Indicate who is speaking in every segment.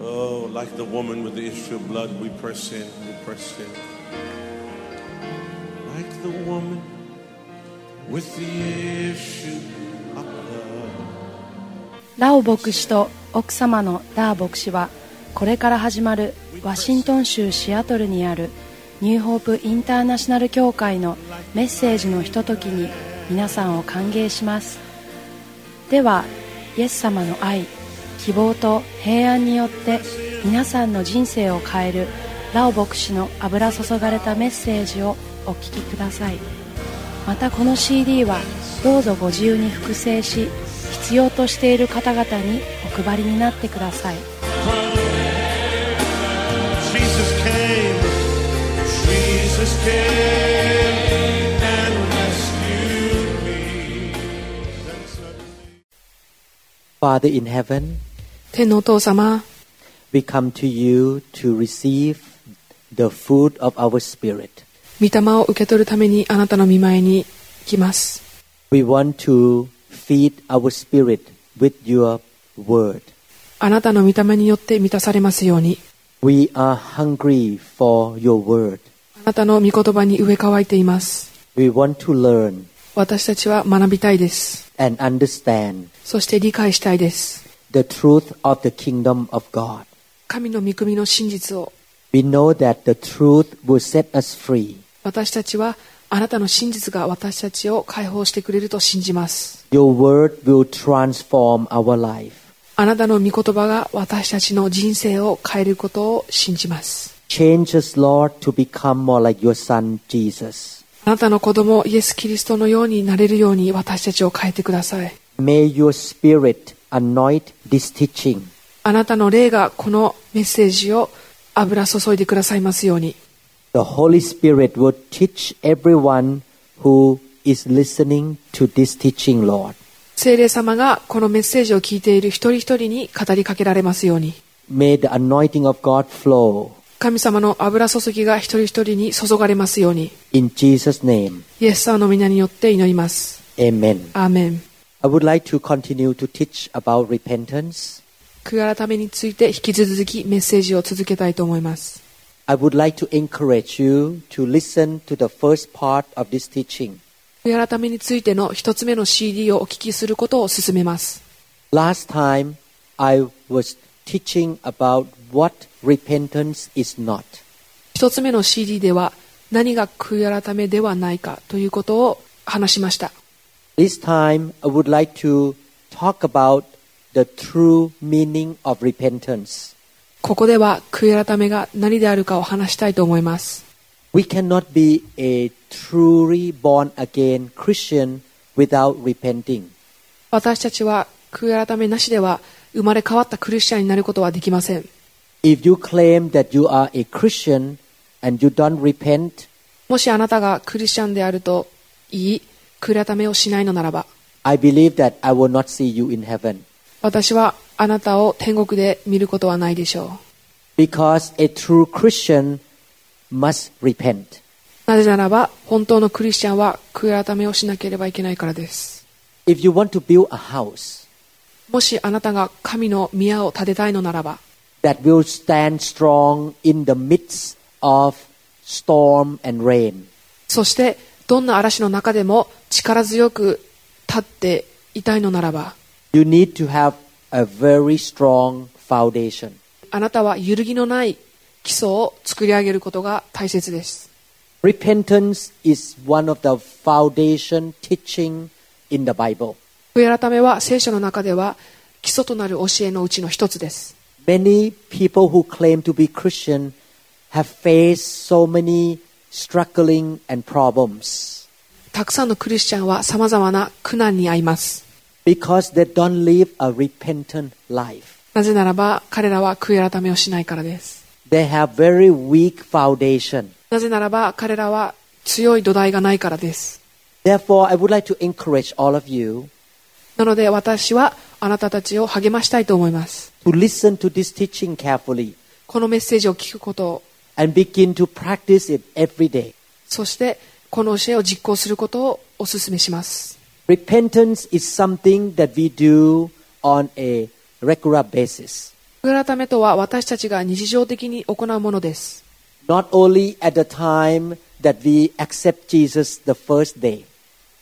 Speaker 1: Oh, like the woman with the issue of blood, we press in, we press in. Like the woman with the issue of blood.
Speaker 2: ラオ牧師と奥様のダー牧師はこれから始まるワシントン州シアトルにあるニューホープインターナショナル協会のメッセージのひとときに皆さんを歓迎しますではイエス様の愛希望と平安によって皆さんの人生を変えるラオ牧師の油注がれたメッセージをお聞きくださいまたこの CD はどうぞご自由に複製し必要としている方々にお配りになってください
Speaker 1: Jesus came, Jesus came and rescued me. Then suddenly-
Speaker 3: Father in heaven,
Speaker 4: 天のお父様
Speaker 3: we come to you to receive the food of our spirit.
Speaker 4: 御霊を受け取るためにあなたの見舞いに来ます
Speaker 3: We want to feed our spirit with your word.
Speaker 4: あなたの御霊によって満たされますように
Speaker 3: We are hungry for your word.
Speaker 4: あなたの御言葉に植え替えています
Speaker 3: We want to learn
Speaker 4: 私たちは学びたいです
Speaker 3: and understand
Speaker 4: そして理解したいです
Speaker 3: the truth of the kingdom of God.
Speaker 4: 神の御国の真実を
Speaker 3: We know that the truth will set us free.
Speaker 4: 私たちはあなたの真実が私たちを解放してくれると信じます
Speaker 3: Your word will transform our life.
Speaker 4: あなたの御言葉が私たちの人生を変えることを信じます
Speaker 3: Change us, Lord, to become more like your son, Jesus.
Speaker 4: あなたの子供イエス・キリストのようになれるように私たちを変えてください
Speaker 3: May your spirit anoint this teaching.
Speaker 4: あなたの霊がこのメッセージを油注いでくださいますように
Speaker 3: The Holy Spirit will teach everyone who is listening to this teaching, Lord.
Speaker 4: 聖霊様がこのメッセージを聞いている一人一人に語りかけられますように
Speaker 3: May the anointing of God flow
Speaker 4: 神様の油注ぎが一人一人に注がれますように
Speaker 3: in Jesus' name.
Speaker 4: イエス様の皆によって祈ります
Speaker 3: Amen.
Speaker 4: アーメン
Speaker 3: I would like to continue to teach about repentance.
Speaker 4: 悔い改めについて引き続きメッセージを続けたいと思います
Speaker 3: I would like to encourage you to listen to the first part of this teaching.
Speaker 4: 悔い改めについての一つ目の CD をお聞きすることを勧めます
Speaker 3: Last time, I was teaching about what repentance is not.
Speaker 4: 一つ目の CD では何が悔い改めではないかということを話しました
Speaker 3: This time, I would like to talk about the true meaning of repentance.
Speaker 4: ここでは悔い改めが何であるかを話したいと思います
Speaker 3: We cannot be a truly born again Christian without repenting.
Speaker 4: 私たちは悔い改めなしでは生まれ変わったクリスチャンになることはできません
Speaker 3: If you claim that you are a Christian and you don't repent,
Speaker 4: もしあなたがクリスチャンであるといい悔い改めをしないのならば
Speaker 3: I believe that I will not see you in heaven.
Speaker 4: 私はあなたを天国で見ることはないでしょ
Speaker 3: Because a true Christian must repent.
Speaker 4: うなぜならば本当のクリスチャンは悔い改めをしなければいけないからです
Speaker 3: If you want to build a house
Speaker 4: もしあなたが神の宮を建てたいのならば
Speaker 3: that will stand strong in the midst of storm and rain,
Speaker 4: そしてどんな嵐の中でも力強く立っていたいのならば
Speaker 3: you need to have a very strong foundation.
Speaker 4: あなたは揺るぎのない基礎を作り上げることが大切です。
Speaker 3: Repentance is one of the foundation teaching in the Bible.
Speaker 4: 悔い改めは聖書の中では基礎となる教えのうちの一つです。
Speaker 3: Many people who claim to be Christian have faced so many struggling and problems
Speaker 4: たくさんのクリスチャンは様々な苦難に遭います。
Speaker 3: because they don't live a repentant life.
Speaker 4: なぜならば彼らは悔い改めをしないからです。
Speaker 3: They have very weak foundation.
Speaker 4: なぜならば彼らは強い土台がないからです。
Speaker 3: Therefore, I would like to encourage all of you
Speaker 4: なので私はあなたたちを励ましたいと思います。
Speaker 3: to listen to this teaching carefully
Speaker 4: このメッセージを聞くことを、
Speaker 3: and begin to practice it every day.
Speaker 4: そしてこの教えを実行することをお勧めします。
Speaker 3: Repentance is something that we do on a regular basis.
Speaker 4: 改めとは私たちが日常的に行うものです。
Speaker 3: Not only at the time that we accept Jesus the first day,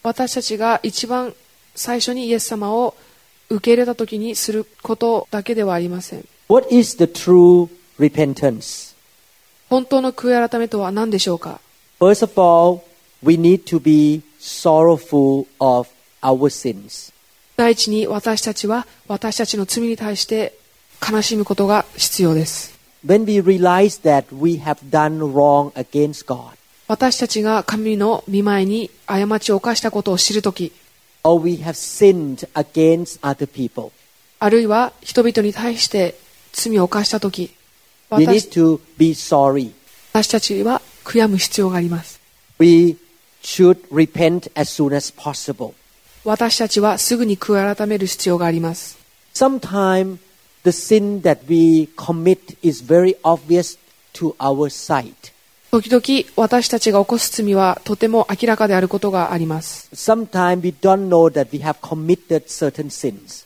Speaker 4: 私たちが一番最初にイエス様を受け入れた時にすることだけではありません。
Speaker 3: What is the true repentance?
Speaker 4: 本当の悔い改めとは何でしょうか
Speaker 3: First of all, we need to be sorrowful of our sins.
Speaker 4: 第一に私たちは私たちの罪に対して悲しむことが必要です。
Speaker 3: When we realize that we have done wrong against God,
Speaker 4: 私たちが神の御前に過ちを犯したことを知るとき、
Speaker 3: or we have sinned against other people,
Speaker 4: あるいは人々に対して罪を犯したとき、
Speaker 3: we need
Speaker 4: 私
Speaker 3: to be sorry.
Speaker 4: 私たちは悔やむ必要があります。
Speaker 3: We should repent as soon as possible.
Speaker 4: 私たちはすぐに悔い改める必要があります。
Speaker 3: Sometimes the sin that we commit is very obvious to our sight.
Speaker 4: 時々私たちが起こす罪はとても明らかであることがあります。
Speaker 3: Sometimes we don't know that we have committed certain sins.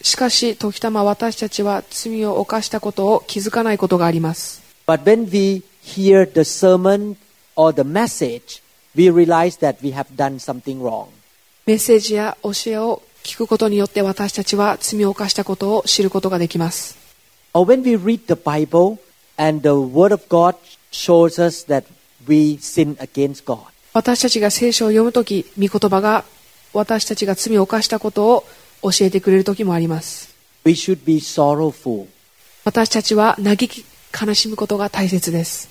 Speaker 4: しかし時たま私たちは罪を犯したことを気づかないことがあります。
Speaker 3: But when we hear the sermon or the message, we realize that we have done something wrong.
Speaker 4: メッセージや教えを聞くことによって私たちは罪を犯したことを知ることができます。
Speaker 3: Or when we read the Bible and the Word of God shows us that we sin against God.
Speaker 4: 私たちが聖書を読むとき、御言葉が私たちが罪を犯したことを教えてくれるときもあります。
Speaker 3: We should be sorrowful.
Speaker 4: 私たちは嘆き悲しむことが大切です。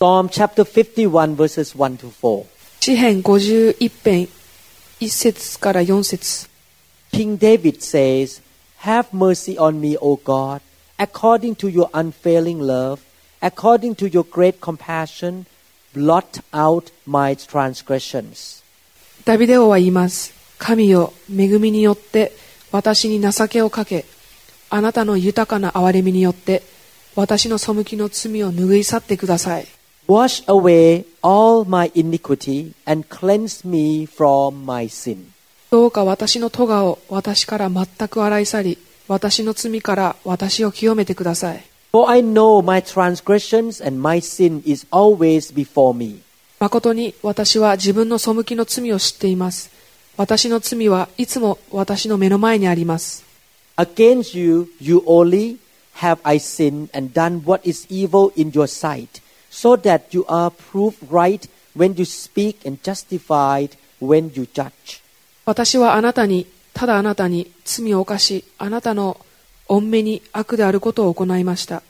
Speaker 3: Psalm chapter 51 verses 1 to 4.
Speaker 4: 詩編51編1節から4節
Speaker 3: King David says, Have mercy on me, O God, according to your unfailing love, according to your great compassion, blot out my transgressions.
Speaker 4: ダビデ王は言います。神よ、恵みによって私に情けをかけ、あなたの豊かな憐れみによって私の背きの罪を拭い去ってください。
Speaker 3: Wash away all my iniquity and cleanse me from my sin.
Speaker 4: どうか私の咎を私から全く洗い去り、私の罪から私を清めてください。
Speaker 3: For I know my transgressions and my sin is always before me.
Speaker 4: 誠に私は自分の背きの罪を知っています。私の罪はいつも私の目の前にあります。
Speaker 3: Against you, you only have I sinned and done what is evil in your sight, so that you are proved right when you speak and justified when you judge.
Speaker 4: 私はあなたに、ただあなたに罪を犯し、あなたの御目に悪であることを行いました。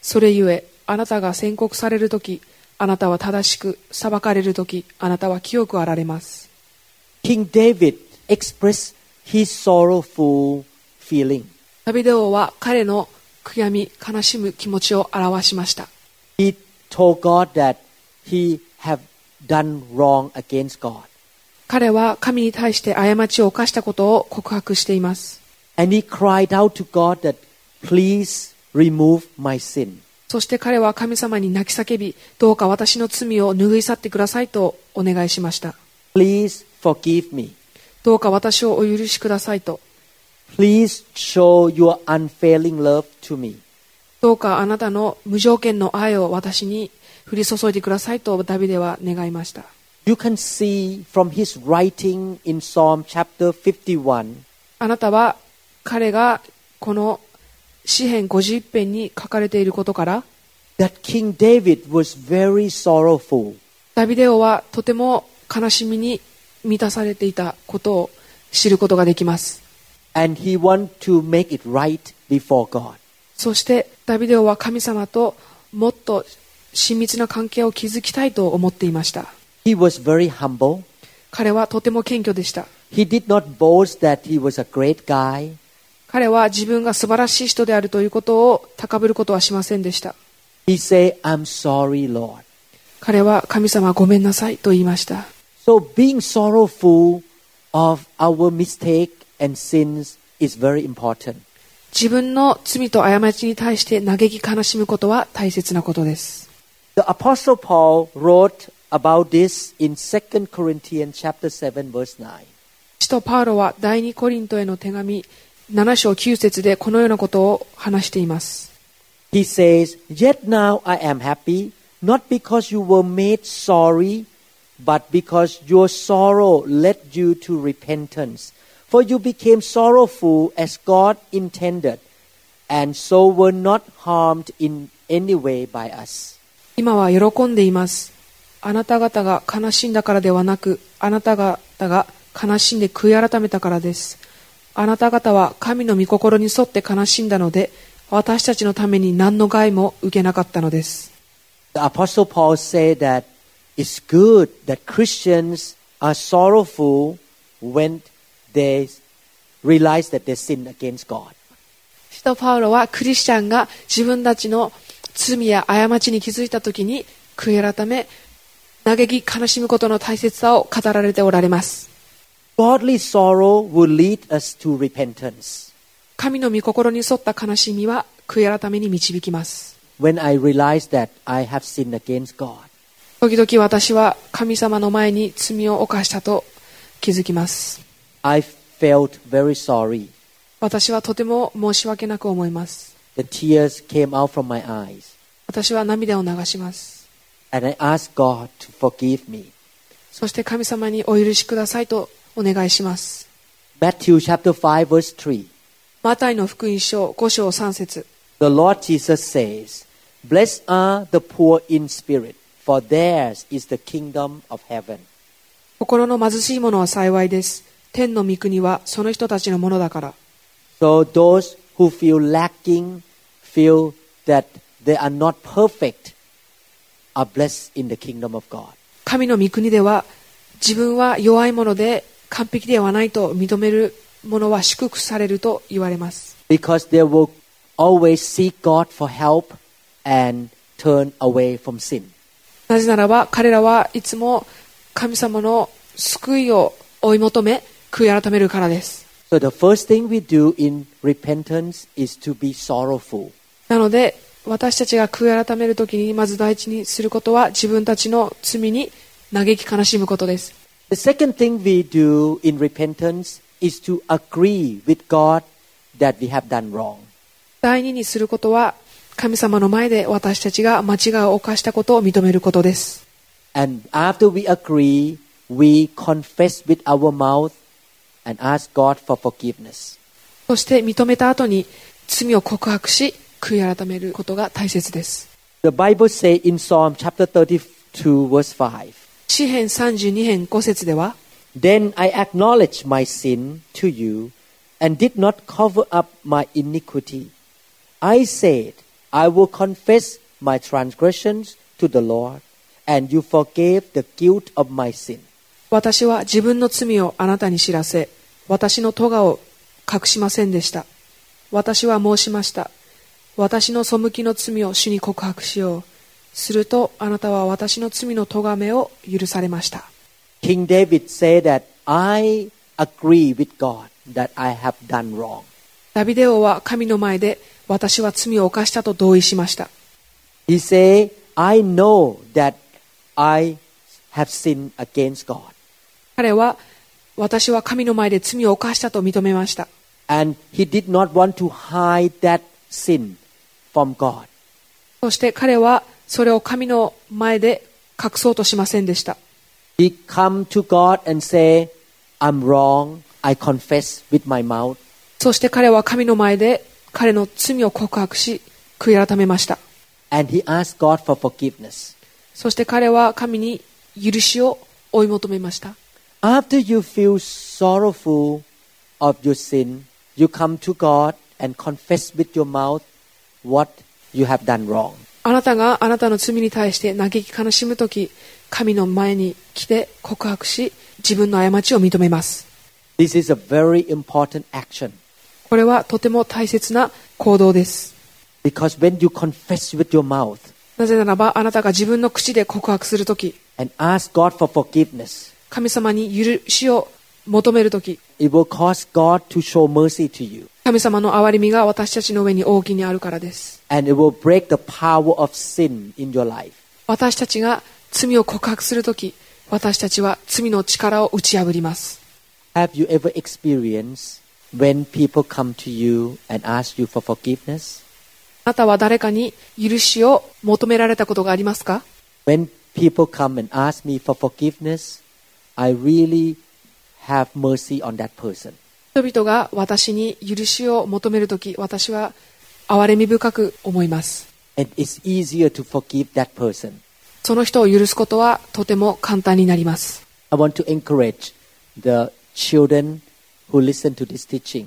Speaker 4: それゆえ、あなたが宣告されるとき、あなたは正しく、裁かれるとき、あなたは清くあられます。
Speaker 3: King David expressed his sorrowful feeling.
Speaker 4: ダビデ王は彼の悔やみ、悲しむ気持ちを表しました。
Speaker 3: He told God that he have done wrong against God.
Speaker 4: 彼は神に対して過ちを犯したことを告白しています。
Speaker 3: And he cried out to God that, please remove my sin.
Speaker 4: そして彼は神様に泣き叫び、どうか私の罪を拭い去ってくださいとお願いしました。
Speaker 3: Please forgive me.
Speaker 4: どうか私をお許しくださいと。
Speaker 3: Please show your unfailing love to me.
Speaker 4: どうかあなたの無条件の愛を私に降り注いでくださいとダビデは願いました。
Speaker 3: You can see from his writing in Psalm chapter 51
Speaker 4: あなたは彼がこの詩編51編に書かれていることから、
Speaker 3: that King David was very sorrowful.
Speaker 4: ダビデオはとても悲しみに満たされていたことを知ることができます。
Speaker 3: And he wanted to make it right before God.
Speaker 4: そしてダビデオは神様ともっと親密な関係を築きたいと思っていました。
Speaker 3: He was very humble.
Speaker 4: 彼はとても謙虚でした。
Speaker 3: He did not boast that he was a great guy.
Speaker 4: 彼は自分が素晴らしい人であるということを高ぶることはしませんでした。
Speaker 3: He said, I'm sorry, Lord.
Speaker 4: 彼は神様ごめんなさいと言いました。
Speaker 3: So being sorrowful of our mistake and sins is very important.
Speaker 4: 自分の罪と過ちに対して嘆き悲しむことは大切なことです。
Speaker 3: The apostle Paul wrote about this in 2 Corinthians chapter 7 verse 9.
Speaker 4: 使徒パウロは第二コリントへの手紙7章9節でこのようなことを話しています。
Speaker 3: He says, Yet now I am happy, not because you were made sorry, but because your sorrow led you to repentance. For you became sorrowful as God intended, and so were not harmed in any way by us.
Speaker 4: 今は喜んでいます。あなた方が悲しんだからではなく、あなた方が悲しんで悔い改めたからです。あなた方は神の御心に沿って悲しんだので、私たちのために何の害も受けなかったのです。
Speaker 3: The Apostle Paul said that it's good that Christians are sorrowful when they realize that they sin against God.
Speaker 4: 使徒パウロはクリスチャンが自分たちの罪や過ちに気づいた時に悔い改め、嘆き悲しむことの大切さを語られておられます。
Speaker 3: Godly sorrow will lead us to repentance.
Speaker 4: 神の御心に沿った悲しみは悔い改めに導きます。
Speaker 3: when I realize that I have sinned against God.
Speaker 4: 時々私は神様の前に罪を犯したと気づきます。
Speaker 3: I felt very sorry.
Speaker 4: 私はとても申し訳なく思います。
Speaker 3: The tears came out from my eyes.
Speaker 4: 私は涙を流します。
Speaker 3: And I asked God to forgive me.
Speaker 4: そして神様にお許しくださいとお願いします。
Speaker 3: Matthew chapter 5 verse 3.
Speaker 4: マタイの福音書5章3節
Speaker 3: The Lord Jesus says, Blessed are the poor in spirit, for theirs is the kingdom of heaven.
Speaker 4: 心の貧しい者は幸いです。天の御国はその人たちのものだから。
Speaker 3: So those who feel lacking, feel that they are not perfect, are blessed in the kingdom of God.
Speaker 4: 神の御国では自分は弱いもので完璧ではないと認める者は祝福されると言われます。
Speaker 3: because they will always seek God for help and turn away from sin.
Speaker 4: なぜならば彼らはいつも神様の救いを追い求め悔い改めるからです。
Speaker 3: So the first thing we do in repentance is to be sorrowful.
Speaker 4: なので私たちが悔い改めるときにまず第一にすることは自分たちの罪に嘆き悲しむことです。
Speaker 3: The second thing we do in repentance is to agree with God that we have done wrong.
Speaker 4: 第二にすることは神様の前で私たちが間違いを犯したことを認めることです。
Speaker 3: And after we agree, we confess with our mouth and ask God for forgiveness.
Speaker 4: そして認めた後に罪を告白し悔い改めることが大切です。
Speaker 3: The Bible says in Psalm chapter 32 verse 5,
Speaker 4: 詩編32編5節では
Speaker 3: Then I acknowledged my sin to you and did not cover up my iniquity. I said, I will confess my transgressions to the Lord, and you forgave the guilt of my sin.
Speaker 4: 私は自分の罪をあなたに知らせ、私の咎を隠しませんでした。私は申しました。私の背きの罪を主に告白しよう。するとあなたは私の罪の咎めを許されました。
Speaker 3: King David said that I agree with God that I have done wrong.
Speaker 4: ダビデオは神の前で私は罪を犯したと同意しました。
Speaker 3: He said, I know that I have sinned against God.
Speaker 4: 彼は私は神の前で罪を犯したと認めました。
Speaker 3: And he did not want to hide that sin from God.
Speaker 4: そして彼はそれを神の前で隠そうとしませんでした。
Speaker 3: He come to God and say, I'm wrong. I confess with my mouth.
Speaker 4: そして彼は神の前で彼の罪を告白し、悔い改めました。
Speaker 3: And he asked God for forgiveness.
Speaker 4: そして彼は神に許しを追い求めました。
Speaker 3: After you feel sorrowful of your sin, you come to God and confess with your mouth what you have done wrong.
Speaker 4: あなたがあなたの罪に対して嘆き悲しむとき、神の前に来て告白し、自分の過ちを認めます。
Speaker 3: This is a very important action
Speaker 4: これはとても大切な行動です。
Speaker 3: because when you confess with your mouth
Speaker 4: なぜならば、あなたが自分の口で告白するとき、
Speaker 3: and ask God for forgiveness,
Speaker 4: 神様に許しを求めるとき、
Speaker 3: it will cause God to show mercy to you
Speaker 4: 神様の憐れみが私たちの上に大きにあるからです。
Speaker 3: and it will break the power of sin in your life.
Speaker 4: 私たちが罪を告白するとき、私たちは罪の力を打ち破ります。
Speaker 3: Have you ever experienced when people come to you and ask you for forgiveness,
Speaker 4: あなたは誰かに許しを求められたことがありますか
Speaker 3: when people come and ask me for forgiveness, I really have mercy on that person.
Speaker 4: 人々が私に許しを求めるとき、私は憐れみ深く思います。
Speaker 3: And it's easier to forgive that person.
Speaker 4: その人を許すことはとても簡単になります。
Speaker 3: I want to encourage the children who listen to this teaching.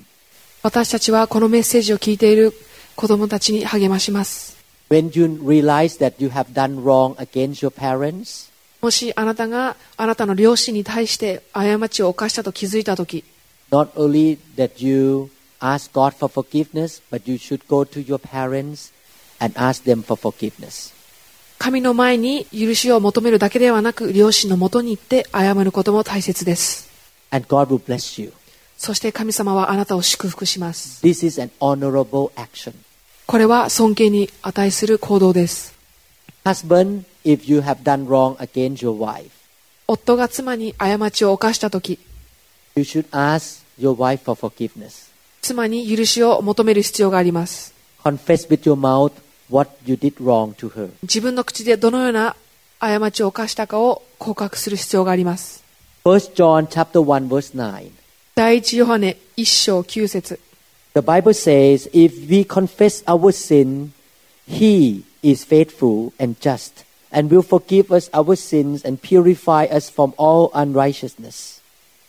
Speaker 4: 私たちはこのメッセージを聞いている子供たちに励まします。
Speaker 3: When you realize that you have done wrong against your parents,
Speaker 4: もしあなたがあなたの両親に対して過ちを犯したと気づいたとき、
Speaker 3: not only that you ask God for forgiveness, but you should go to your parents and ask them for forgiveness.
Speaker 4: 神の前に許しを求めるだけではなく、両親のもとに行って謝ることも大切です。
Speaker 3: And God will bless you.
Speaker 4: そして神様はあなたを祝福します。
Speaker 3: This is an honorable action.
Speaker 4: これは尊敬に値する行動です。
Speaker 3: Husband, if you have done wrong against your wife,
Speaker 4: 夫が妻に過ちを犯したとき、
Speaker 3: you should ask your wife for forgiveness.
Speaker 4: 妻に許しを求める必要があります。
Speaker 3: Confess with your mouth what you did wrong to her.
Speaker 4: 自分の口でどのような過ちを犯したかを告白する必要があります。
Speaker 3: 1 John chapter 1 verse 9.
Speaker 4: 第一ヨハネ一章九節
Speaker 3: The Bible says, if we confess our sin, He is faithful and just and will forgive us our sins and purify us from all unrighteousness.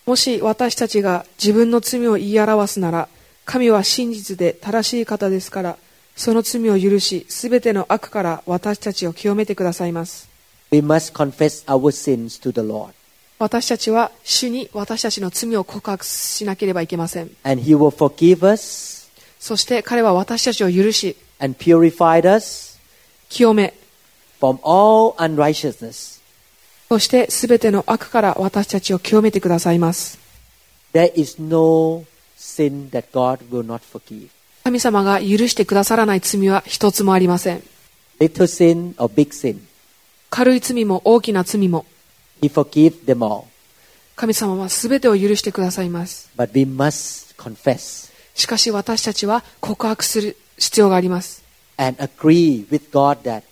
Speaker 4: もし私たちが自分の罪を言い表すなら、神は真実で正しい方ですから、その罪を許し、すべての悪から私たちを清めてくださいます。
Speaker 3: We must confess our sins to the Lord,
Speaker 4: 私たちは主に私たちの罪を告白しなければいけません。
Speaker 3: and He will forgive us
Speaker 4: そして彼は私たちを許し、
Speaker 3: and purify us
Speaker 4: 清め、
Speaker 3: from all unrighteousness.
Speaker 4: そしてすべての悪から私たちを清めてくださいます。
Speaker 3: There is no sin that God will not forgive.
Speaker 4: 神様が許してくださらない罪は一つもありません。
Speaker 3: Little sin or big sin,
Speaker 4: 軽い罪も大きな罪も、
Speaker 3: He forgives them all.
Speaker 4: 神様はすべてを許してくださいます。
Speaker 3: But we must confess
Speaker 4: しかし私たちは告白する必要があります。
Speaker 3: and agree with God that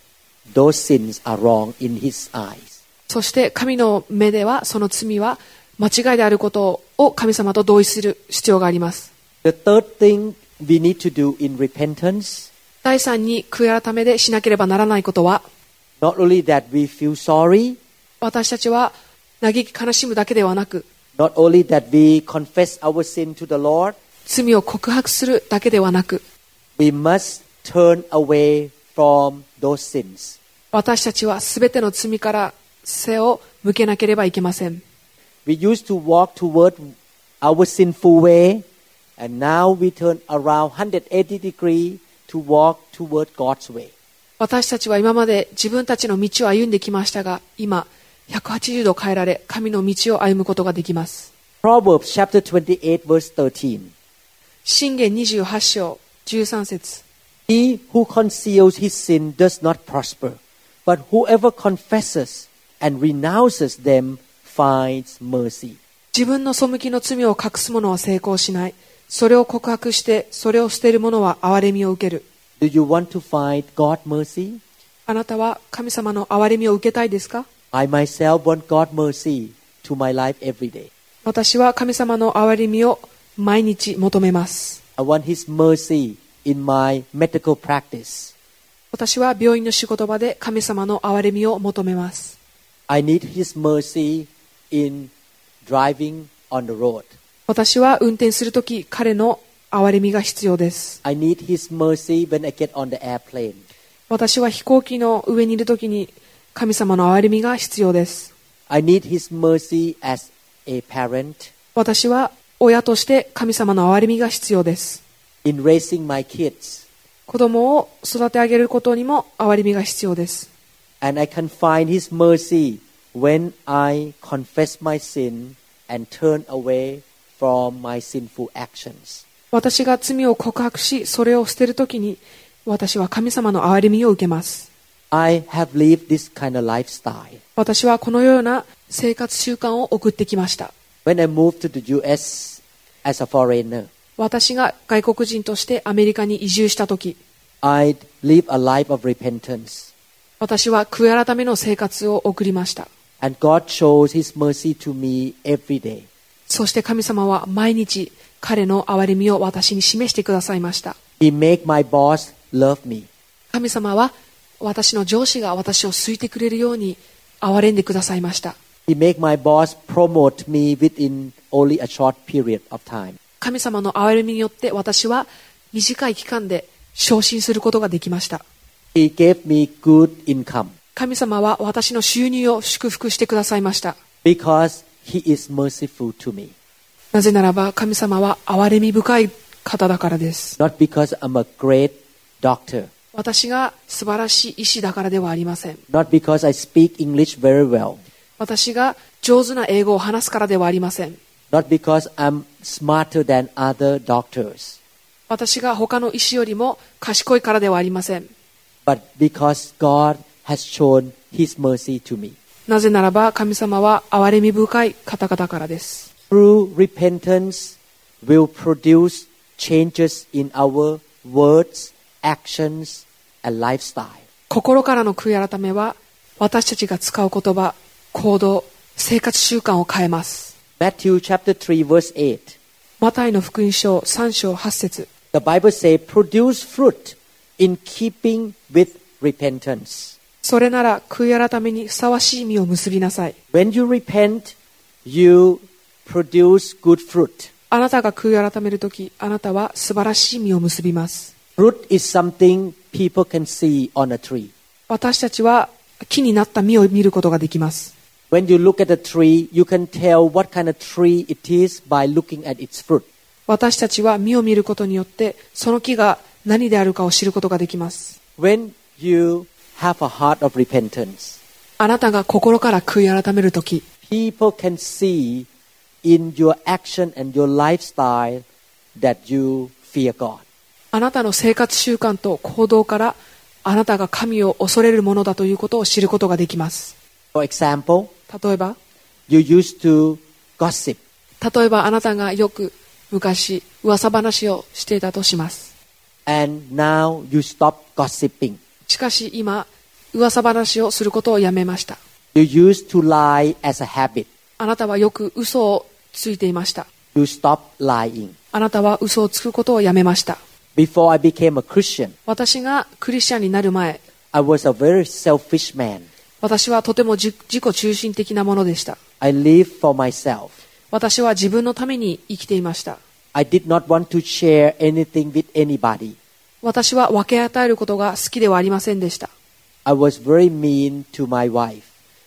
Speaker 3: those sins are wrong in His eyes.
Speaker 4: そして神の目ではその罪は間違いであることを神様と同意する必要があります。
Speaker 3: The third thing we need to do in repentance,
Speaker 4: 第三に悔い改めでしなければならないことは、
Speaker 3: not only that we feel sorry,
Speaker 4: 私たちは嘆き悲しむだけではなく、
Speaker 3: not only that we confess our sin to the Lord,
Speaker 4: 罪を告白するだけではなく、
Speaker 3: we must turn away from those sins.
Speaker 4: 私たちはすべての罪から背を向けなければいけません。
Speaker 3: We used to walk toward our sinful way, and now we turn around 180 degree to walk toward God's way.
Speaker 4: 私たちは今まで自分たちの道を歩んできましたが、今、180度変えられ、神の道を歩むことができます。
Speaker 3: Proverbs chapter 28 verse 13.
Speaker 4: 信玄28章13節
Speaker 3: He who conceals his sin does not prosper, but whoever confesses and renounces them finds mercy.
Speaker 4: 自分の背きの罪を隠す者は成功しない。それを告白して、それを捨てる者は憐れみを受ける。
Speaker 3: Do you want to find God mercy?
Speaker 4: あなたは神様の憐れみを受けたいですか
Speaker 3: I myself want God mercy to my life every day.
Speaker 4: 私は神様の憐れみを毎日求めます。
Speaker 3: I want his mercy in my medical practice.
Speaker 4: 私は病院の仕事場で神様の憐れみを求めます。
Speaker 3: I need his mercy in driving on the road.
Speaker 4: 私は運転するとき彼の憐れみが必要です。
Speaker 3: I need his mercy when I get on the airplane.
Speaker 4: 私は飛行機の上にいるときに神様の憐れみが必要です。
Speaker 3: I need his mercy as a parent.
Speaker 4: 私は親として神様の憐れみが必要です。
Speaker 3: in raising my kids
Speaker 4: 子供を育て上げることにも憐れみが必要です。
Speaker 3: and I can find his mercy when I confess my sin and turn away from my sinful actions.
Speaker 4: 私が罪を告白し、それを捨てるときに私は神様の憐れみを受けます。
Speaker 3: I have lived this kind of lifestyle.
Speaker 4: 私はこのような生活習慣を送ってきました。
Speaker 3: When I moved to the US as a foreigner,
Speaker 4: 私が外国人としてアメリカに移住した時
Speaker 3: I lived a life of repentance.
Speaker 4: 私は悔い改めの生活を送りました
Speaker 3: And God shows His mercy to me every day.
Speaker 4: そして神様は毎日彼の憐れみを私に示してくださいました
Speaker 3: He made my boss love me.
Speaker 4: 神様は私の上司が私を好いてくれるように憐れんでくださいました
Speaker 3: He made my boss promote me within only a short period of time.
Speaker 4: 神様の憐れみによって私は短い期間で昇進することができました
Speaker 3: He gave me good income
Speaker 4: 神様は私の収入を祝福してくださいました
Speaker 3: because He is merciful to me.
Speaker 4: なぜならば神様は憐れみ深い方だからです
Speaker 3: Not because I'm a great doctor,
Speaker 4: 私が素晴らしい医師だからではありません
Speaker 3: not because I speak English very well,
Speaker 4: 私が上手な英語を話すからではありません
Speaker 3: not because I'm smarter than other doctors,
Speaker 4: 私が他の医師よりも賢いからではありません
Speaker 3: but because God has shown His mercy to me.
Speaker 4: なぜならば神様は憐れみ深い方々からです。
Speaker 3: True repentance will produce changes in our words, actions, and lifestyle.
Speaker 4: 心からの悔い改めは私たちが使う言葉、行動、生活習慣を変えます。
Speaker 3: Matthew chapter 3 verse 8.
Speaker 4: マタイの福音書3章8節
Speaker 3: The Bible says, produce fruit in keeping with repentance.
Speaker 4: それなら悔い改めにふさわしい実を結びなさい。
Speaker 3: When you repent, you produce good fruit.
Speaker 4: あなたが悔い改めるとき、あなたは素晴らしい実を結びます。
Speaker 3: Fruit is something people can see on a tree.
Speaker 4: 私たちは木になった実を見ることができます。
Speaker 3: When you look at a tree, you can tell what kind of tree it is by looking at its fruit.
Speaker 4: 私たちは実を見ることによって、その木が何であるかを知ることができます。
Speaker 3: When you have a heart of repentance,
Speaker 4: あなたが心から悔い改めるとき、
Speaker 3: people can see in your action and your lifestyle that you fear God.
Speaker 4: あなたの生活習慣と行動からあなたが神を恐れるものだということを知ることができます。
Speaker 3: For example,
Speaker 4: 例えば、
Speaker 3: you used to gossip.
Speaker 4: 例えばあなたがよく昔噂話をしていたとします。
Speaker 3: and now you stop gossiping.
Speaker 4: しかし今、噂話をすることをやめました。
Speaker 3: You used to lie as a habit.
Speaker 4: あなたはよく嘘をついていました。
Speaker 3: You stop lying.
Speaker 4: あなたは嘘をつくことをやめました。
Speaker 3: Before I became a Christian,
Speaker 4: 私がクリスチャンになる前、
Speaker 3: I was a very selfish man.
Speaker 4: 私はとてもじ自己中心的なものでした。
Speaker 3: I lived for myself.
Speaker 4: 私は自分のために生きていました。
Speaker 3: I did not want to share anything with anybody.
Speaker 4: 私は分け与えることが好きではありませんでした。
Speaker 3: I was very mean to my wife.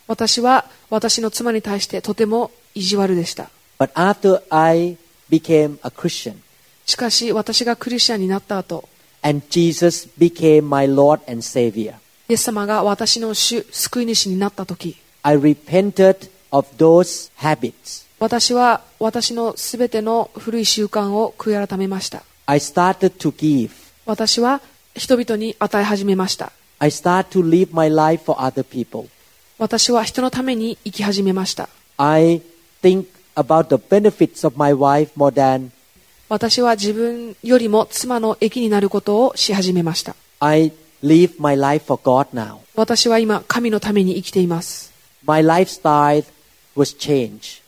Speaker 4: 私は私の妻に対してとても意地悪でした。
Speaker 3: But after I became a Christian
Speaker 4: しかし私がクリスチャンになった後、
Speaker 3: and Jesus became my Lord and Savior,
Speaker 4: イエス様が私の主、救い主になった時、
Speaker 3: I repented of those habits.
Speaker 4: 私は私のすべての古い習慣を悔い改めました。
Speaker 3: I started to give.
Speaker 4: 私は人々に与え始めました。
Speaker 3: I start to live my life for other people.
Speaker 4: 私は人のために生き始めました。
Speaker 3: I think about the benefits of my wife more than
Speaker 4: 私は自分よりも妻の益になることをし始めました。
Speaker 3: I live my life for God now.
Speaker 4: 私は今、神のために生きています。
Speaker 3: My lifestyle was changed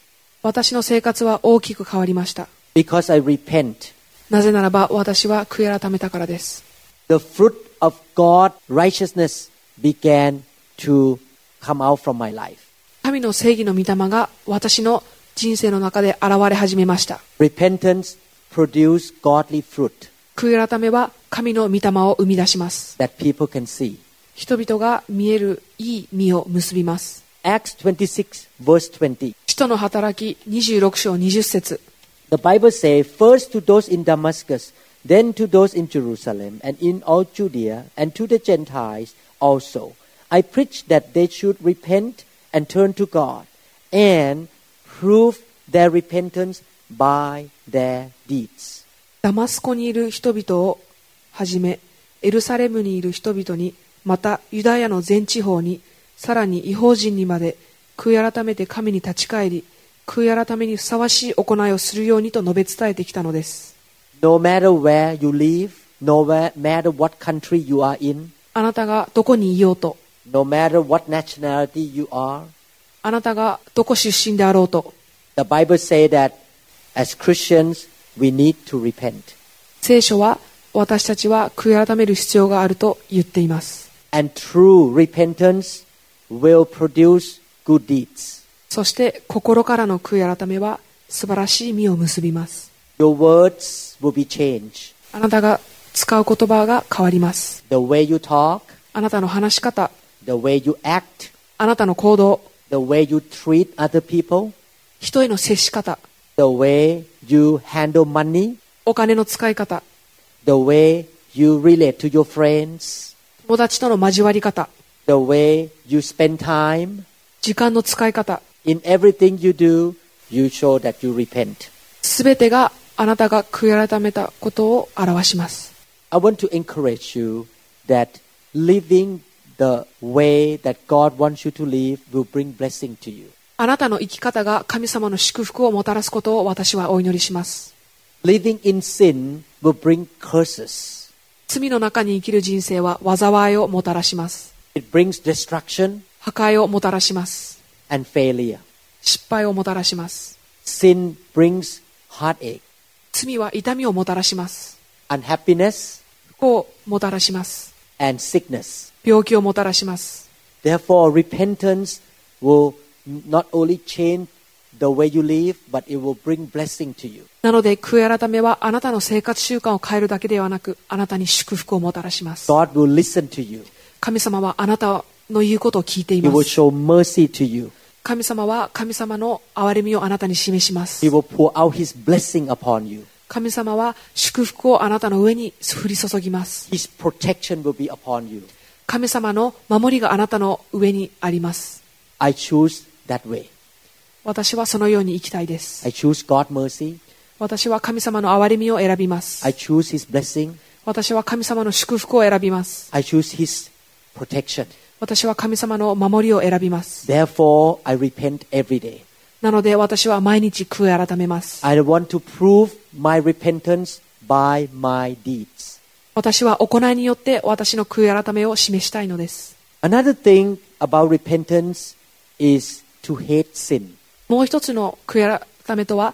Speaker 4: 私の生活は大きく変わりました。
Speaker 3: because I repent.
Speaker 4: なぜならば私は悔い改めたからです。
Speaker 3: The fruit of God righteousness began to come out from my life.
Speaker 4: 神の正義の御霊が私の人生の中で現れ始めました。
Speaker 3: Repentance produced godly fruit
Speaker 4: 悔い改めは神の御霊を生み出します。
Speaker 3: that people can see.
Speaker 4: 人々が見えるいい実を結びます。
Speaker 3: Acts 26 verse 20.
Speaker 4: 使徒の働き26章20節
Speaker 3: The Bible says, first to those in Damascus, then to those in Jerusalem, and in all Judea, and to the Gentiles also. I preached that they should repent and turn to God, and prove their repentance by their deeds.
Speaker 4: ダマスコにいる人々をはじめ、エルサレムにいる人々に、またユダヤの全地方に、さらに違法人にまで、悔い改めて神に立ち返り、悔い改めにふさわしい行いをするようにと述べ伝えてきたのです。
Speaker 3: No matter where you live, no where- matter what country you are in,
Speaker 4: あなたがどこにいようと、
Speaker 3: no matter what nationality you are,
Speaker 4: あなたがどこ出身であろうと、
Speaker 3: the Bible says that as Christians, we need to repent
Speaker 4: 聖書は私たちは悔い改める必要があると言っています。
Speaker 3: and true repentance will produce good deeds.
Speaker 4: そして心からの悔い改めは素晴らしい実を結びます。
Speaker 3: Your words will be changed.
Speaker 4: あなたが使う言葉が変わります。
Speaker 3: The way you talk,
Speaker 4: あなたの話し方、
Speaker 3: the way you act,
Speaker 4: あなたの行動、
Speaker 3: the way you treat other people,
Speaker 4: 人への接し方、
Speaker 3: the way you handle money,
Speaker 4: お金の使い方、
Speaker 3: the way you relate to your friends,
Speaker 4: 友達との交わり方、
Speaker 3: the way you spend time.
Speaker 4: 時間の使い方、
Speaker 3: In everything you do, you show that you repent.
Speaker 4: すべてがあなたが悔い改めたことを表します。
Speaker 3: I want to encourage you that living the way that God wants you to live will bring blessing to you.
Speaker 4: あなたの生き方が神様の祝福をもたらすことを私はお祈りします。
Speaker 3: Living in sin will bring curses.
Speaker 4: 罪の中に生きる人生は災いをもたらします。
Speaker 3: It brings destruction
Speaker 4: 破壊をもたらします。
Speaker 3: and failure.
Speaker 4: 失敗をもたらします。
Speaker 3: Sin brings heartache,
Speaker 4: 罪は痛みをもたらします。
Speaker 3: unhappiness,
Speaker 4: 不幸をもたらします。
Speaker 3: and sickness.
Speaker 4: 病気をもたらします。
Speaker 3: Therefore, repentance will not only change the way you live, but it will bring blessing to you.
Speaker 4: なので、悔い改めはあなたの生活習慣を変えるだけではなく、あなたに祝福をもたらします。
Speaker 3: God will listen to you.
Speaker 4: 神様はあなたの言うことを聞いてい
Speaker 3: He will
Speaker 4: ます。
Speaker 3: show mercy to you.
Speaker 4: 神様は神様の憐れみをあなたに示しま
Speaker 3: He
Speaker 4: す。
Speaker 3: will pour out His blessing upon you.
Speaker 4: 神様は祝福をあなたの上に降り注ぎます。
Speaker 3: His protection will be upon you.
Speaker 4: 神様の守りがあなたの上にあります。
Speaker 3: I choose that way.
Speaker 4: 私はそのように生きたいです。
Speaker 3: I choose God's mercy.
Speaker 4: 私は神様の憐れみを選びま
Speaker 3: I
Speaker 4: す。
Speaker 3: choose His blessing.
Speaker 4: 私は神様の祝福を選びます。
Speaker 3: I choose His protection.
Speaker 4: 私は神様の守りを選びます。
Speaker 3: Therefore, I repent every day.
Speaker 4: なので私は毎日悔い改めます。
Speaker 3: I want to prove my repentance by my deeds.
Speaker 4: 私は行いによって私の悔い改めを示したいのです。
Speaker 3: Another thing about repentance is to hate sin.
Speaker 4: もう一つの悔い改めとは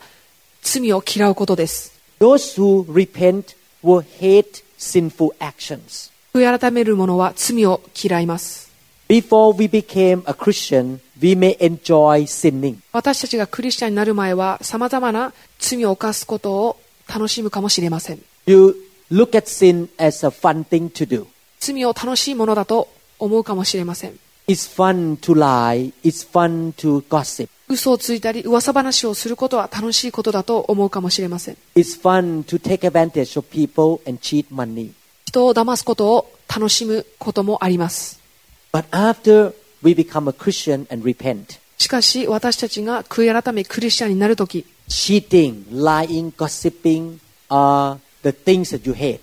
Speaker 4: 罪を嫌うことです。
Speaker 3: Those who repent will hate sinful actions.
Speaker 4: 悔い改める者は罪を嫌います。
Speaker 3: Before we became a Christian, we may enjoy sinning.
Speaker 4: 私たちがクリスチャンになる前は様々な罪を犯すことを楽しむかもしれません。
Speaker 3: You look at sin as a fun thing to do.
Speaker 4: 罪を楽しいものだと思うかもしれません。
Speaker 3: It's fun to lie. It's fun to gossip.
Speaker 4: 嘘をついたり噂話をすることは楽しいことだと思うかもしれません。
Speaker 3: It's fun to take advantage of people and cheat money.
Speaker 4: 人を騙すことを楽しむこともあります。
Speaker 3: But after we become a Christian and repent,
Speaker 4: しかし私たちが悔い改めクリスチャンになるとき、
Speaker 3: cheating, lying, gossiping are the things that you hate.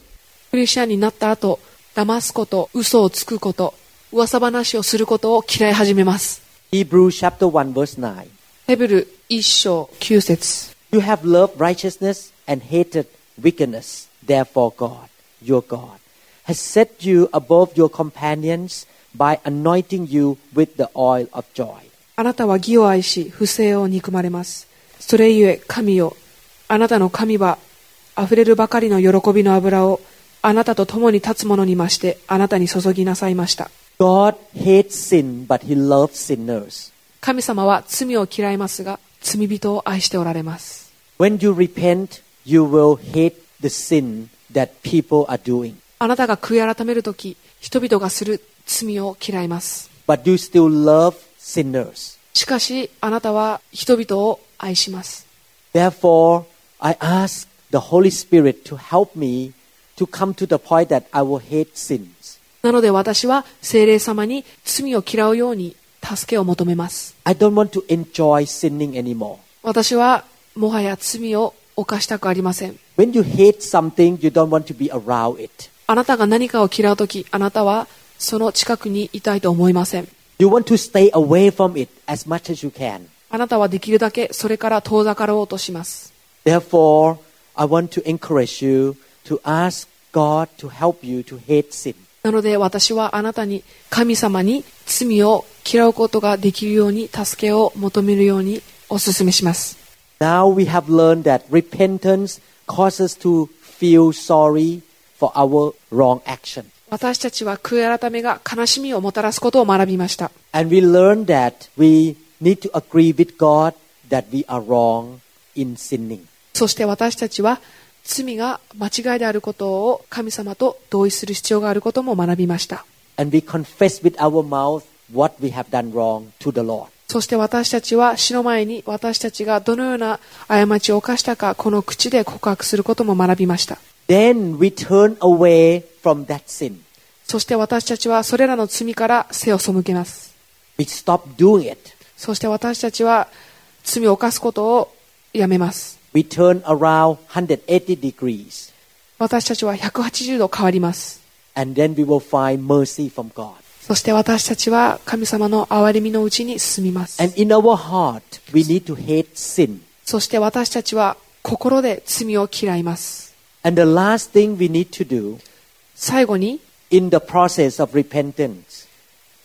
Speaker 4: クリスチャンになった後、騙すこと、嘘をつくこと、噂話をすることを嫌い始めます。
Speaker 3: Hebrews chapter 1 verse 9.
Speaker 4: ヘブル一章九節
Speaker 3: You have loved righteousness and hated wickedness. Therefore, God, your God, has set you above your companions by anointing you with the oil of joy.
Speaker 4: あなたは義を愛し、不正を憎まれます。それゆえ、神よ、あなたの神は、溢れるばかりの喜びの油を、あなたと共に立つ者に増して、あなたに注ぎなさいました。
Speaker 3: God hates sin, but he loves sinners.
Speaker 4: 神様は罪を嫌いますが、罪人を愛しておられます。
Speaker 3: When you repent, you will hate the sin that people are doing,
Speaker 4: あなたが悔い改めるとき、人々がする罪を嫌います。
Speaker 3: but you still love sinners.
Speaker 4: しかし、あなたは人々を愛します。
Speaker 3: Therefore, I ask the Holy Spirit to help me to come to the point that I will hate sins.
Speaker 4: なので私は聖霊様に罪を嫌うように助けを求めます。
Speaker 3: I don't want to enjoy sinning anymore.
Speaker 4: 私はもはや罪を犯したくありません。
Speaker 3: When you hate something, you don't want to be around it.
Speaker 4: あなたが何かを嫌うとき、あなたはその近くにいたいと思いません。
Speaker 3: You want to stay away from it as much as you can.
Speaker 4: あなたはできるだけそれから遠ざかろうとします。
Speaker 3: Therefore, I want to encourage you to ask God to help you to hate sin.
Speaker 4: なので私はあなたに神様に罪を嫌うことができるように助けを求めるようにお勧めします。
Speaker 3: Now we have learned that repentance causes us to feel sorry for our wrong action.
Speaker 4: 私たちは悔い改めが悲しみをもたらすことを学びました。
Speaker 3: And we learn that we need to agree with God that we are wrong in sinning.
Speaker 4: そして私たちは罪が間違いであることを神様と同意する必要があることも学びました。
Speaker 3: And we confess with our mouth what we have done wrong to the Lord.
Speaker 4: そして私たちは死の前に私たちがどのような過ちを犯したかこの口で告白することも学びました。
Speaker 3: Then we turn away from that sin.
Speaker 4: そして私たちはそれらの罪から背を背けます。
Speaker 3: We stop doing it.
Speaker 4: そして私たちは罪を犯すことをやめます。
Speaker 3: We turn around 180 degrees.
Speaker 4: 私たちは180度変わります。
Speaker 3: And then we will find mercy from God.
Speaker 4: そして私たちは神様の憐れみのうちに進みます。
Speaker 3: And in our heart, we need to hate sin.
Speaker 4: そして私たちは心で罪を嫌います。
Speaker 3: And the last thing we need to do
Speaker 4: 最後に、
Speaker 3: in the process of repentance,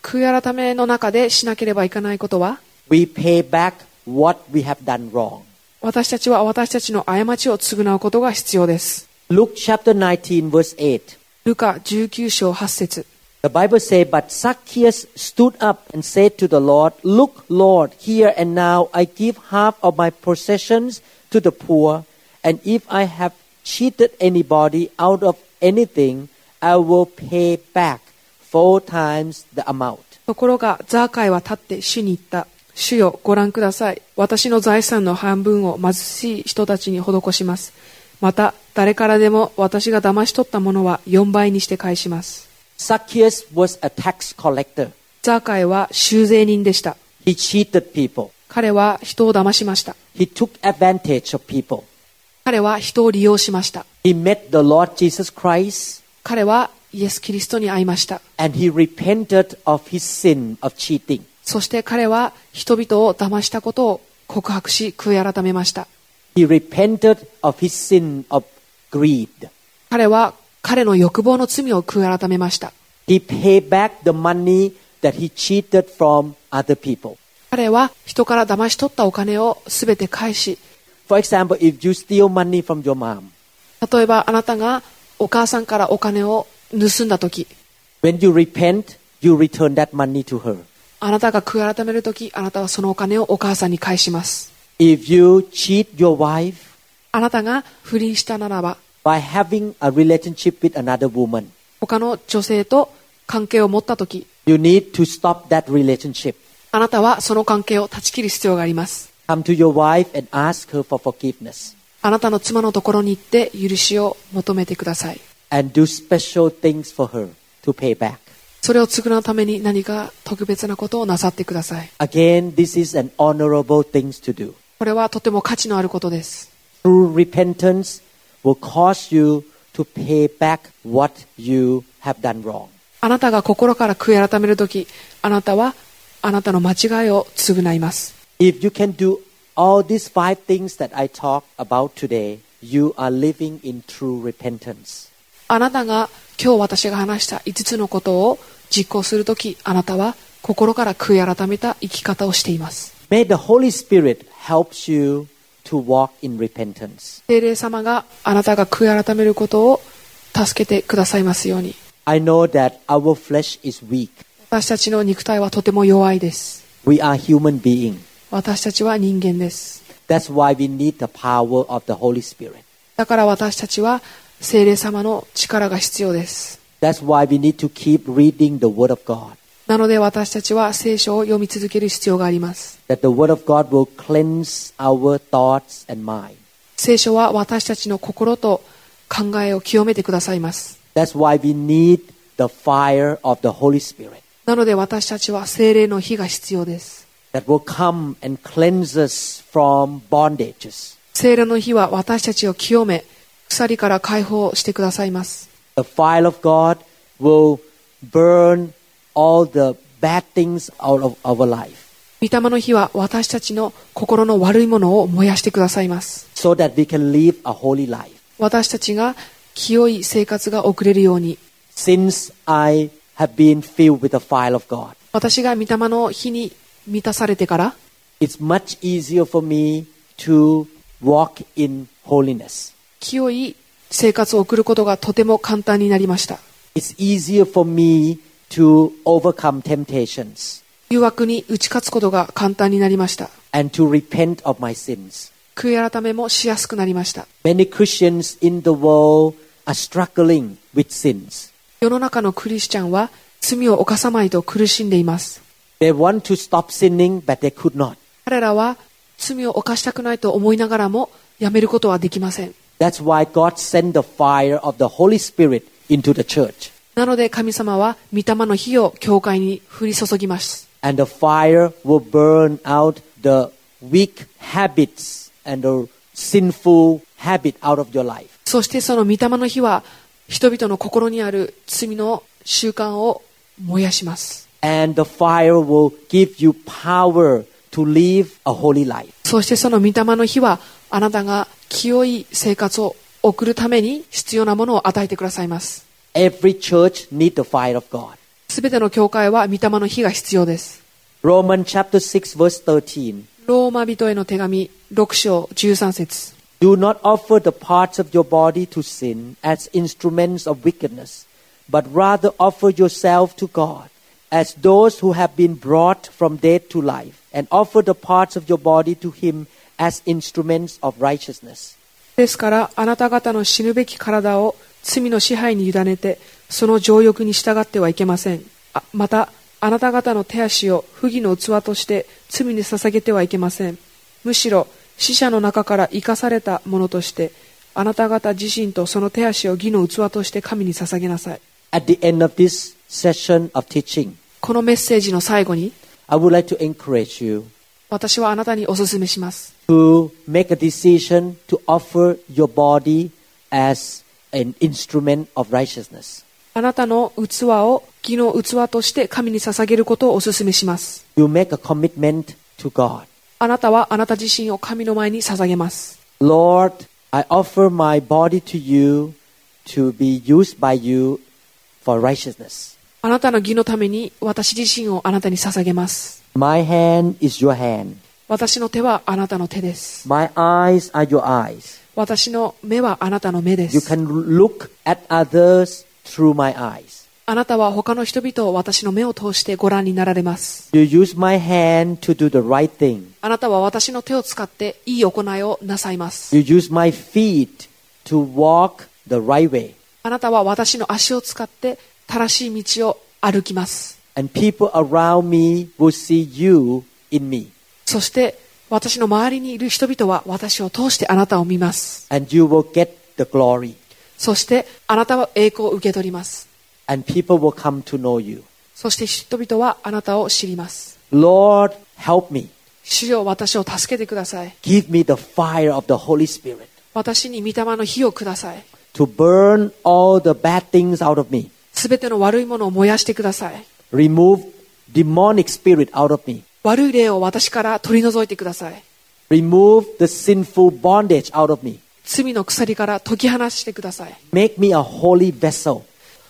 Speaker 4: 悔い改めの中でしなければいけないことは、
Speaker 3: we pay back what we have done wrong.
Speaker 4: 私たちは私たちの過ちを償うことが必要です。
Speaker 3: Luke chapter 19, verse 8.
Speaker 4: ルカ19章8節
Speaker 3: The Bible says, But Zacchaeus stood up and said to the Lord, Look, Lord, here and now I give half of my possessions to the poor, and if I have cheated anybody out of anything, I will pay back four times the amount.
Speaker 4: ところがザーカイは立って主に言った。主よ、ご覧ください。私の財産の半分を貧しい人たちに施します。また、誰からでも私が騙し取ったものは4倍にして返します。
Speaker 3: Zacchaeus was a tax collector.
Speaker 4: ザーカイは修税人でした。
Speaker 3: He cheated people.
Speaker 4: 彼は人を騙しました。
Speaker 3: He took advantage of people.
Speaker 4: 彼は人を利用しました。
Speaker 3: He met the Lord Jesus Christ
Speaker 4: 彼はイエス・キリストに会いました。
Speaker 3: and he repented of his sin of cheating.
Speaker 4: そして彼は人々を騙したことを告白し、悔い改めました。
Speaker 3: He repented of his sin of greed.
Speaker 4: 彼は彼の欲望の罪を悔い改めました。
Speaker 3: He paid back the money that he cheated from other people.
Speaker 4: 彼は人から騙し取ったお金をすべて返し、
Speaker 3: For example, if you steal money from your mom,
Speaker 4: 例えばあなたがお母さんからお金を盗んだとき、
Speaker 3: when you repent, you return that money to her.
Speaker 4: あなたが悔い改めるとき、あなたはそのお金をお母さんに返します。
Speaker 3: If you cheat your wife
Speaker 4: あなたが不倫したならば、
Speaker 3: by having a relationship with another woman,
Speaker 4: 他の女性と関係を持ったとき、
Speaker 3: you need to stop that relationship.
Speaker 4: あなたはその関係を断ち切る必要があります。
Speaker 3: Come to your wife and ask her for forgiveness
Speaker 4: あなたの妻のところに行って許しを求めてください。
Speaker 3: and do special things for her to pay back.
Speaker 4: それを償うために何か特別なことをなさってください。
Speaker 3: Again, this is an honorable thing to do.
Speaker 4: これはとても価値のあることです。
Speaker 3: True repentance will cause you to pay back what you have done wrong.
Speaker 4: あなたが心から悔い改めるとき、あなたはあなたの間違いを償います。
Speaker 3: If you can do all these five things that I talked about today, you are living in true repentance.
Speaker 4: あなたが今日私が話した5つのことを実行するとき、あなたは心から悔い改めた生き方をしています。
Speaker 3: May the Holy Spirit help you to walk in repentance.
Speaker 4: 聖霊様があなたが悔い改めることを助けてくださいますように。
Speaker 3: I know that our flesh is weak.
Speaker 4: 私たちの肉体はとても弱いです。
Speaker 3: We are human beings.
Speaker 4: 私たちは人間です。
Speaker 3: That's why we need the power of the Holy Spirit.
Speaker 4: だから私たちは聖霊様の力が必要です。
Speaker 3: That's why we need to keep reading the Word of God.
Speaker 4: なので私たちは聖書を読み続ける必要があります。
Speaker 3: that the Word of God will cleanse our thoughts and mind.
Speaker 4: 聖書は私たちの心と考えを清めてくださいます。
Speaker 3: That's why we need the fire of the Holy Spirit
Speaker 4: なので私たちは聖霊の火が必要です。
Speaker 3: that will come and cleanse us from bondages.
Speaker 4: 聖霊の火は私たちを清め、鎖から解放してくださいます。
Speaker 3: The fire of God will burn all the bad things out of our life.
Speaker 4: 御霊の火は私たちの心の悪いものを燃やしてくださいます
Speaker 3: so that we can live a holy life.
Speaker 4: 私たちが清い生活が送れるように
Speaker 3: Since I have been filled with the fire of God,
Speaker 4: 私が御霊の火に満たされてから
Speaker 3: it's much easier for me to walk in holiness.
Speaker 4: 清い生活を送ることがとても簡単になりました
Speaker 3: It's easier for me to overcome temptations
Speaker 4: 誘惑に打ち勝つことが簡単になりました
Speaker 3: and to repent of my sins.
Speaker 4: 悔い改めもしやすくなりました
Speaker 3: Many Christians in the world are struggling with sins.
Speaker 4: 世の中のクリスチャンは罪を犯さまいと苦しんでいます
Speaker 3: They want to stop sinning, but they could not.
Speaker 4: 彼らは罪を犯したくないと思いながらもやめることはできません
Speaker 3: That's why God sent the fire of the Holy Spirit into the church.
Speaker 4: なので神様は御霊の火を教会に降り注ぎます
Speaker 3: And the fire will burn out the weak habits and the sinful habit out of your life.
Speaker 4: そしてその御霊の火は人々の心にある罪の習慣を燃やします
Speaker 3: And the fire will give you power to live a holy life.
Speaker 4: そしてその御霊の火はあなたが清い生活を送るために必要なものを与えてくださいます
Speaker 3: Every church needs the fire of God.
Speaker 4: すべての教会は御霊の火が必要です
Speaker 3: Romans chapter 6 verse 13.
Speaker 4: ローマ人への手紙6章13節
Speaker 3: Do not offer the parts of your body to sin as instruments of wickedness, but rather offer yourself to God as those who have been brought from death to life, and offer the parts of your body to Him as instruments of righteousness.
Speaker 4: ですからあなた方の死ぬべき体を罪の支配に委ねてその情欲に従ってはいけませんあまたあなた方の手足を不義の器として罪に捧げてはいけませんむしろ死者の中から生かされたものとしてあなた方自身とその手足を義の器として神に捧げなさい
Speaker 3: At the end of this session of teaching,
Speaker 4: このメッセージの最後に
Speaker 3: I would like to encourage you
Speaker 4: 私はあなたにお勧めします
Speaker 3: to make a decision to offer your body as an instrument of righteousness.
Speaker 4: あなたの器を義の器として神に捧げることをお勧めします
Speaker 3: You make a commitment to God.
Speaker 4: あなたはあなた自身を神の前に捧げます
Speaker 3: Lord, I offer my body to you to be used by you for righteousness.
Speaker 4: あなたの義のために私自身をあなたに捧げます
Speaker 3: My hand is your hand.
Speaker 4: 私の手はあなたの手です
Speaker 3: My eyes are your eyes.
Speaker 4: 私の目はあなたの目で
Speaker 3: You
Speaker 4: す
Speaker 3: can look at others through my eyes.
Speaker 4: あなたは他の人々を私の目を通してご覧になられます
Speaker 3: You use my hand to do the right thing.
Speaker 4: あなたは私の手を使っていい行いをなさいます
Speaker 3: You use my feet to walk the right way.
Speaker 4: あなたは私の足を使って正しい道を歩きます
Speaker 3: And people around me will see you in me.
Speaker 4: そして私の周りにいる人々は私を通してあなたを見ます
Speaker 3: And you will get the glory.
Speaker 4: そしてあなたは栄光を受け取ります
Speaker 3: And people will come to know you.
Speaker 4: そして人々はあなたを知ります。
Speaker 3: Lord, help me.
Speaker 4: 主よ私を助けてください。
Speaker 3: Give me the fire of the Holy Spirit
Speaker 4: 私に御霊の火をください。
Speaker 3: to burn all the bad things out of me,
Speaker 4: すべての悪いものを燃やしてください。
Speaker 3: remove demonic spirit out of me,
Speaker 4: 悪い霊を私から取り除いてください。
Speaker 3: remove the sinful bondage out of me.
Speaker 4: 罪の鎖から解き放してください。
Speaker 3: Make me a holy vessel.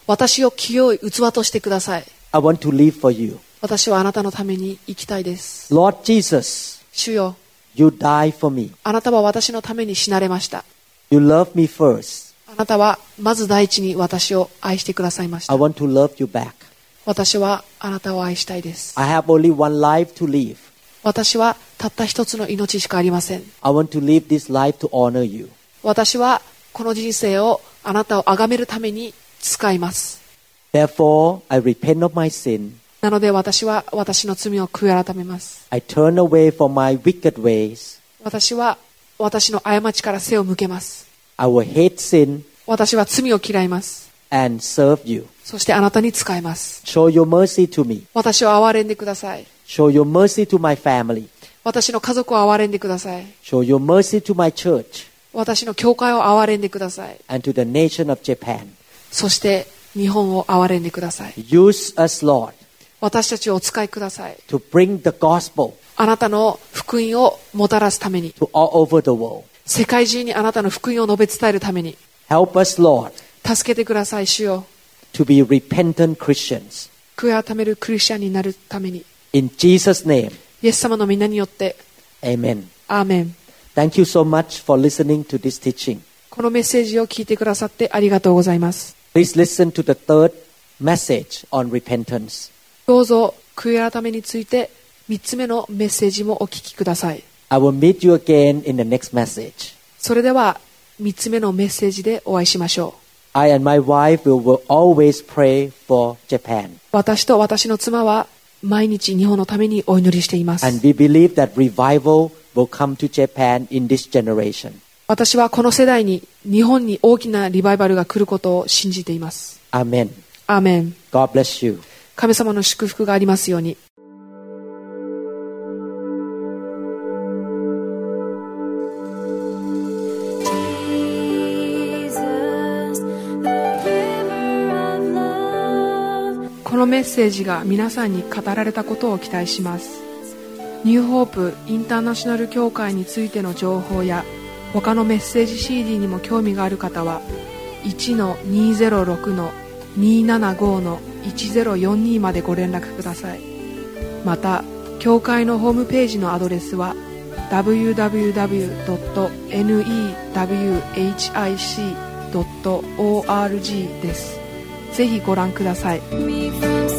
Speaker 4: 私を清い器としてください。
Speaker 3: I want to live for you.
Speaker 4: 私はあなたのために生きたいです。
Speaker 3: Lord Jesus,
Speaker 4: 主よ
Speaker 3: you died for me.
Speaker 4: あなたは私のために死なれました。
Speaker 3: You love me first.
Speaker 4: あなたはまず第一に私を愛してくださいまし
Speaker 3: I
Speaker 4: た。
Speaker 3: want to love you back.
Speaker 4: 私はあなたを愛したいです。
Speaker 3: I have only one life to live.
Speaker 4: 私はたった一つの命しかありません。
Speaker 3: I want to live this life to honor you.
Speaker 4: 私はこの人生をあなたを崇めるために使います
Speaker 3: Therefore, I repent of my sin.
Speaker 4: なので私は私の罪を悔い改めます
Speaker 3: I turn away from my wicked ways.
Speaker 4: 私は私の過ちから背を向けます
Speaker 3: I will hate sin
Speaker 4: 私は罪を嫌います
Speaker 3: and serve you.
Speaker 4: そしてあなたに使います
Speaker 3: Show your mercy to me.
Speaker 4: 私を憐れんでください
Speaker 3: Show your mercy to my family.
Speaker 4: 私の家族を憐れんでください
Speaker 3: Show your mercy to my church
Speaker 4: 私の教会を憐れんでください
Speaker 3: and to the nation of Japan.
Speaker 4: そして日本を憐れんでください
Speaker 3: Use us, Lord,
Speaker 4: 私たちをお使いください
Speaker 3: to bring the gospel
Speaker 4: あなたの福音をもたらすために
Speaker 3: to all over the world.
Speaker 4: 世界中にあなたの福音を述べ伝えるために
Speaker 3: Help us, Lord,
Speaker 4: 助けてください主よ
Speaker 3: to be repentant Christians.
Speaker 4: 悔い改めるクリスチャンになるために
Speaker 3: In Jesus' name,
Speaker 4: イエス様の皆によって
Speaker 3: amen.
Speaker 4: アーメン
Speaker 3: Thank you so much for listening to this teaching.
Speaker 4: このメッセージを聞いてくださってありがとうございます
Speaker 3: Please listen to the third message on repentance.
Speaker 4: どうぞ悔い改めについて3つ目のメッセージもお聞きください
Speaker 3: I will meet you again in the next message.
Speaker 4: それでは3つ目のメッセージでお会いしましょう
Speaker 3: I and my wife will, will always pray for Japan.
Speaker 4: 私と私の妻は毎日日本のためにお祈りしています
Speaker 3: And we believe that revival will come to Japan in this generation.
Speaker 4: 私はこの世代に日本に大きなリバイバルが来ることを信じています
Speaker 3: Amen.
Speaker 4: アーメン
Speaker 3: God bless you.
Speaker 4: 神様の祝福がありますようにこのメッセージが皆さんに語られたことを期待しますニューホープインターナショナル協会についての情報や他のメッセージ CD にも興味がある方は1-206-275-1042までご連絡くださいまた教会のホームページのアドレスは www.newhic.org ですぜひご覧ください
Speaker 5: me from